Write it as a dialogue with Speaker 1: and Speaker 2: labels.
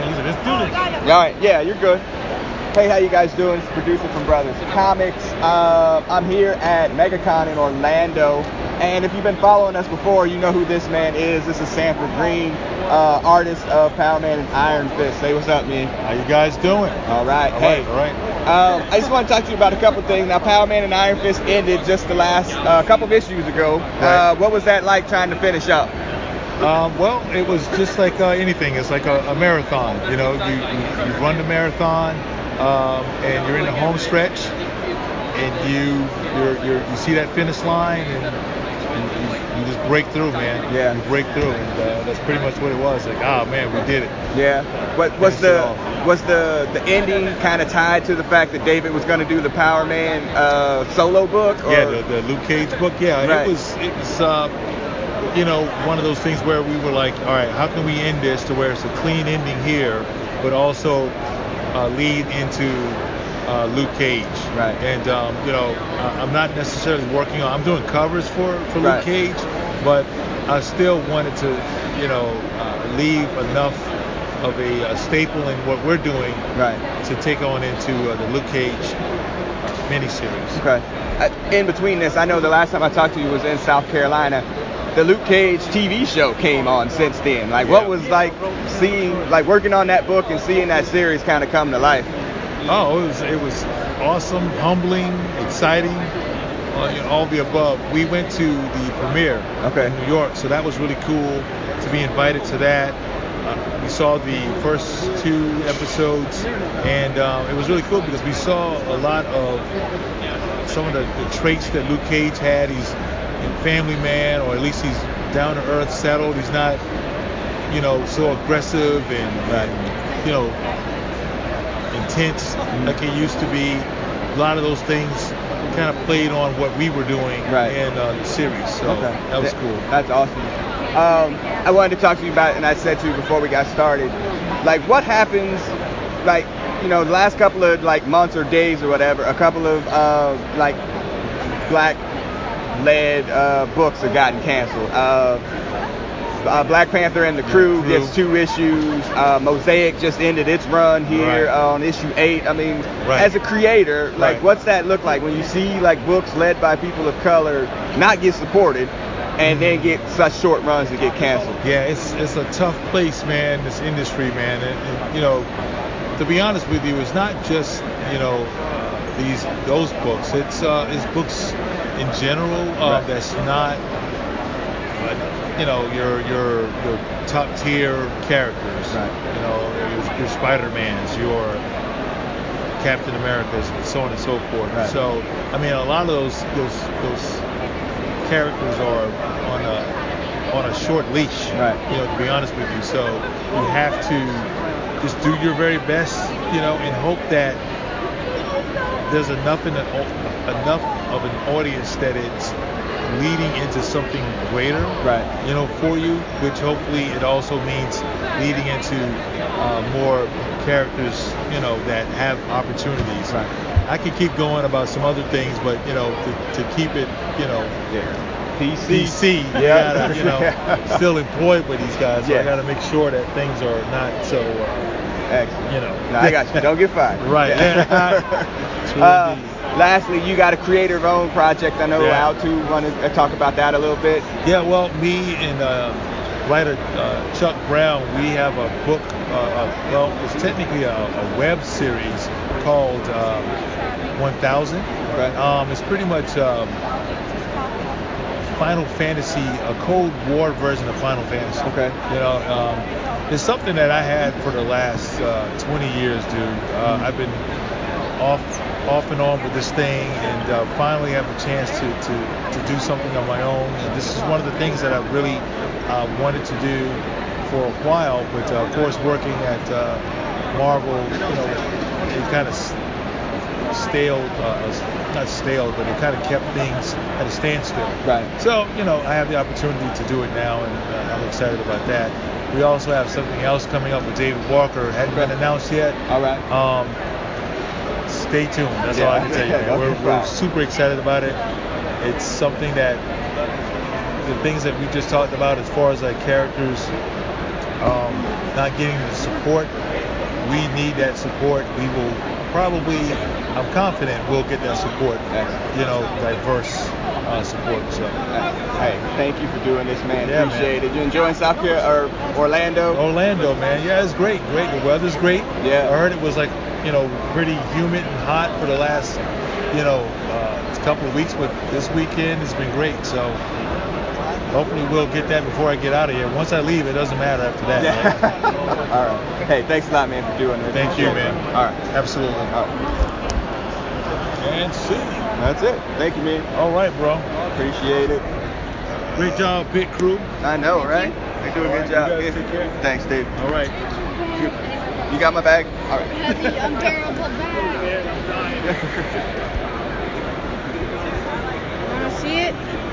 Speaker 1: do this.
Speaker 2: All right, yeah, you're good. Hey, how you guys doing? It's producer from Brothers Comics. Uh, I'm here at MegaCon in Orlando, and if you've been following us before, you know who this man is. This is Sanford Green, uh, artist of Pound Man and Iron Fist. Say what's up, man.
Speaker 1: How you guys doing?
Speaker 2: All right,
Speaker 1: All
Speaker 2: hey.
Speaker 1: right, all right.
Speaker 2: Um, I just want to talk to you about a couple things. Now, Power Man and Iron Fist ended just the last uh, couple of issues ago.
Speaker 1: Right.
Speaker 2: Uh, what was that like trying to finish up?
Speaker 1: Um, well, it was just like uh, anything. It's like a, a marathon. You know, you, you, you run the marathon, um, and you're in the home stretch, and you you're, you're, you see that finish line, and you, you, you just break through, man.
Speaker 2: Yeah.
Speaker 1: You break through, and uh, that's pretty much what it was. Like, ah, man, we did it.
Speaker 2: Yeah. What was
Speaker 1: Finish it
Speaker 2: the
Speaker 1: off.
Speaker 2: was the the ending kind of tied to the fact that David was going to do the Power Man uh, solo book? Or,
Speaker 1: yeah, the, the Luke Cage book. Yeah,
Speaker 2: Right.
Speaker 1: it was it was uh, you know one of those things where we were like, all right, how can we end this to where it's a clean ending here, but also uh, lead into uh, Luke Cage.
Speaker 2: Right.
Speaker 1: And um, you know, I, I'm not necessarily working on. I'm doing covers for for
Speaker 2: Right.
Speaker 1: Luke Cage, but I still wanted to you know uh, leave enough of a, a staple in what we're doing
Speaker 2: right.
Speaker 1: to take on into uh, the Luke Cage uh, miniseries.
Speaker 2: Okay. Uh, in between this, I know the last time I talked to you was in South Carolina. The Luke Cage TV show came on since then. Like, what
Speaker 1: Yeah.
Speaker 2: was like seeing, like working on that book and seeing that series kind of come to life?
Speaker 1: Oh, it was it was awesome, humbling, exciting, uh, you know, all the above. We went to the premiere
Speaker 2: Okay.
Speaker 1: in New York, so that was really cool to be invited to that. Uh, we saw the first two episodes, and um, it was really cool because we saw a lot of some of the, the traits that Luke Cage had. He's a family man, or at least he's down to earth, settled. He's not, you know, so aggressive and, and you know, intense like he used to be. A lot of those things kind of played on what we were doing
Speaker 2: Right.
Speaker 1: in uh, the series, so that was
Speaker 2: Th-
Speaker 1: cool.
Speaker 2: That's awesome. Um, I wanted to talk to you about, and I said to you before we got started, like what happens, like you know, the last couple of like months or days or whatever, a couple of uh, like black led uh, books have gotten canceled. Uh, uh, Black Panther and the Crew
Speaker 1: Crew.
Speaker 2: gets two issues. Uh, Mosaic just ended its run here
Speaker 1: Right.
Speaker 2: on issue eight. I mean,
Speaker 1: Right.
Speaker 2: as a creator, like
Speaker 1: Right.
Speaker 2: what's that look like when you see like books led by people of color not get supported
Speaker 1: Mm-hmm.
Speaker 2: and then get such short runs that get canceled?
Speaker 1: Yeah, it's it's a tough place, man. This industry, man. And, and, you know, to be honest with you, it's not just you know uh, these those books. It's uh, it's books in general uh,
Speaker 2: Right.
Speaker 1: that's not like, you know your your your top tier characters.
Speaker 2: Right.
Speaker 1: You know your, your Spider Mans, your Captain Americas, and so on and so forth.
Speaker 2: Right.
Speaker 1: So I mean, a lot of those those those characters are on a on a short leash.
Speaker 2: Right.
Speaker 1: You know, to be honest with you, so you have to just do your very best, you know, and hope that there's enough in an, au- enough of an audience that it's leading into something greater.
Speaker 2: Right.
Speaker 1: You know, for you, which hopefully it also means leading into uh, more characters, you know, that have opportunities.
Speaker 2: Right.
Speaker 1: I could keep going about some other things, but you know, to, to keep it, you know,
Speaker 2: Yeah. PC.
Speaker 1: DC, you
Speaker 2: Yeah.
Speaker 1: gotta, you know,
Speaker 2: Yeah.
Speaker 1: still employed with these guys. So
Speaker 2: Yeah.
Speaker 1: I gotta make sure that things are not so, uh,
Speaker 2: Excellent.
Speaker 1: you know.
Speaker 2: No, I got you. Don't get fired.
Speaker 1: Right. True
Speaker 2: Uh,
Speaker 1: indeed.
Speaker 2: lastly, you got a creator of own project. I know
Speaker 1: Yeah.
Speaker 2: Al too. Want to uh, talk about that a little bit?
Speaker 1: Yeah, well, me and uh, writer uh, Chuck Brown, we have a book. Uh, uh, well, it's technically a, a web series called uh, 1000.
Speaker 2: Right.
Speaker 1: Um, it's pretty much um, Final Fantasy, a Cold War version of Final Fantasy.
Speaker 2: Okay.
Speaker 1: You know, um, it's something that I had for the last uh, 20 years, dude. Uh, I've been off off and on with this thing, and uh, finally have a chance to, to, to do something of my own. And this is one of the things that I really uh, wanted to do for a while, but uh, of course, working at uh, Marvel, you know, it kind of stale, uh, not stale, but it kind of kept things at a standstill.
Speaker 2: Right.
Speaker 1: So, you know, I have the opportunity to do it now, and uh, I'm excited about that. We also have something else coming up with David Walker. Hadn't been
Speaker 2: Right.
Speaker 1: announced yet.
Speaker 2: All right.
Speaker 1: Um, stay tuned. That's
Speaker 2: Yeah.
Speaker 1: all I can tell you. man.
Speaker 2: Okay,
Speaker 1: We're, we're
Speaker 2: fine.
Speaker 1: super excited about it. It's something that the things that we just talked about, as far as like characters um, not getting the support we need that support. We will probably, I'm confident, we'll get that support.
Speaker 2: Excellent.
Speaker 1: You know, diverse uh, support. So
Speaker 2: Hey, thank you for doing this, man. Oh,
Speaker 1: Yeah, man.
Speaker 2: Appreciate it. You enjoying South Carolina or Orlando?
Speaker 1: Orlando, man, yeah, it's great. Great, the weather's great.
Speaker 2: Yeah.
Speaker 1: I heard it was like you know pretty humid and hot for the last you know uh, couple of weeks, but this weekend it's been great. So. Hopefully we'll get that before I get out of here. Once I leave, it doesn't matter after that. man.
Speaker 2: Yeah. All right. Hey, thanks a lot, man, for doing this.
Speaker 1: Thank you, man.
Speaker 2: All right.
Speaker 1: Absolutely.
Speaker 2: All right.
Speaker 1: And see.
Speaker 2: That's it. Thank you, man.
Speaker 1: All right, bro.
Speaker 2: Appreciate it.
Speaker 1: Great job, Pit Crew.
Speaker 2: I know, right? They do a
Speaker 1: All
Speaker 2: good
Speaker 1: right, you
Speaker 2: job.
Speaker 1: guys
Speaker 2: Yeah.
Speaker 1: take care.
Speaker 2: Thanks, Dave.
Speaker 1: All right.
Speaker 2: You got my bag? All right.
Speaker 3: Heavy, unbearable bag. Wanna see it?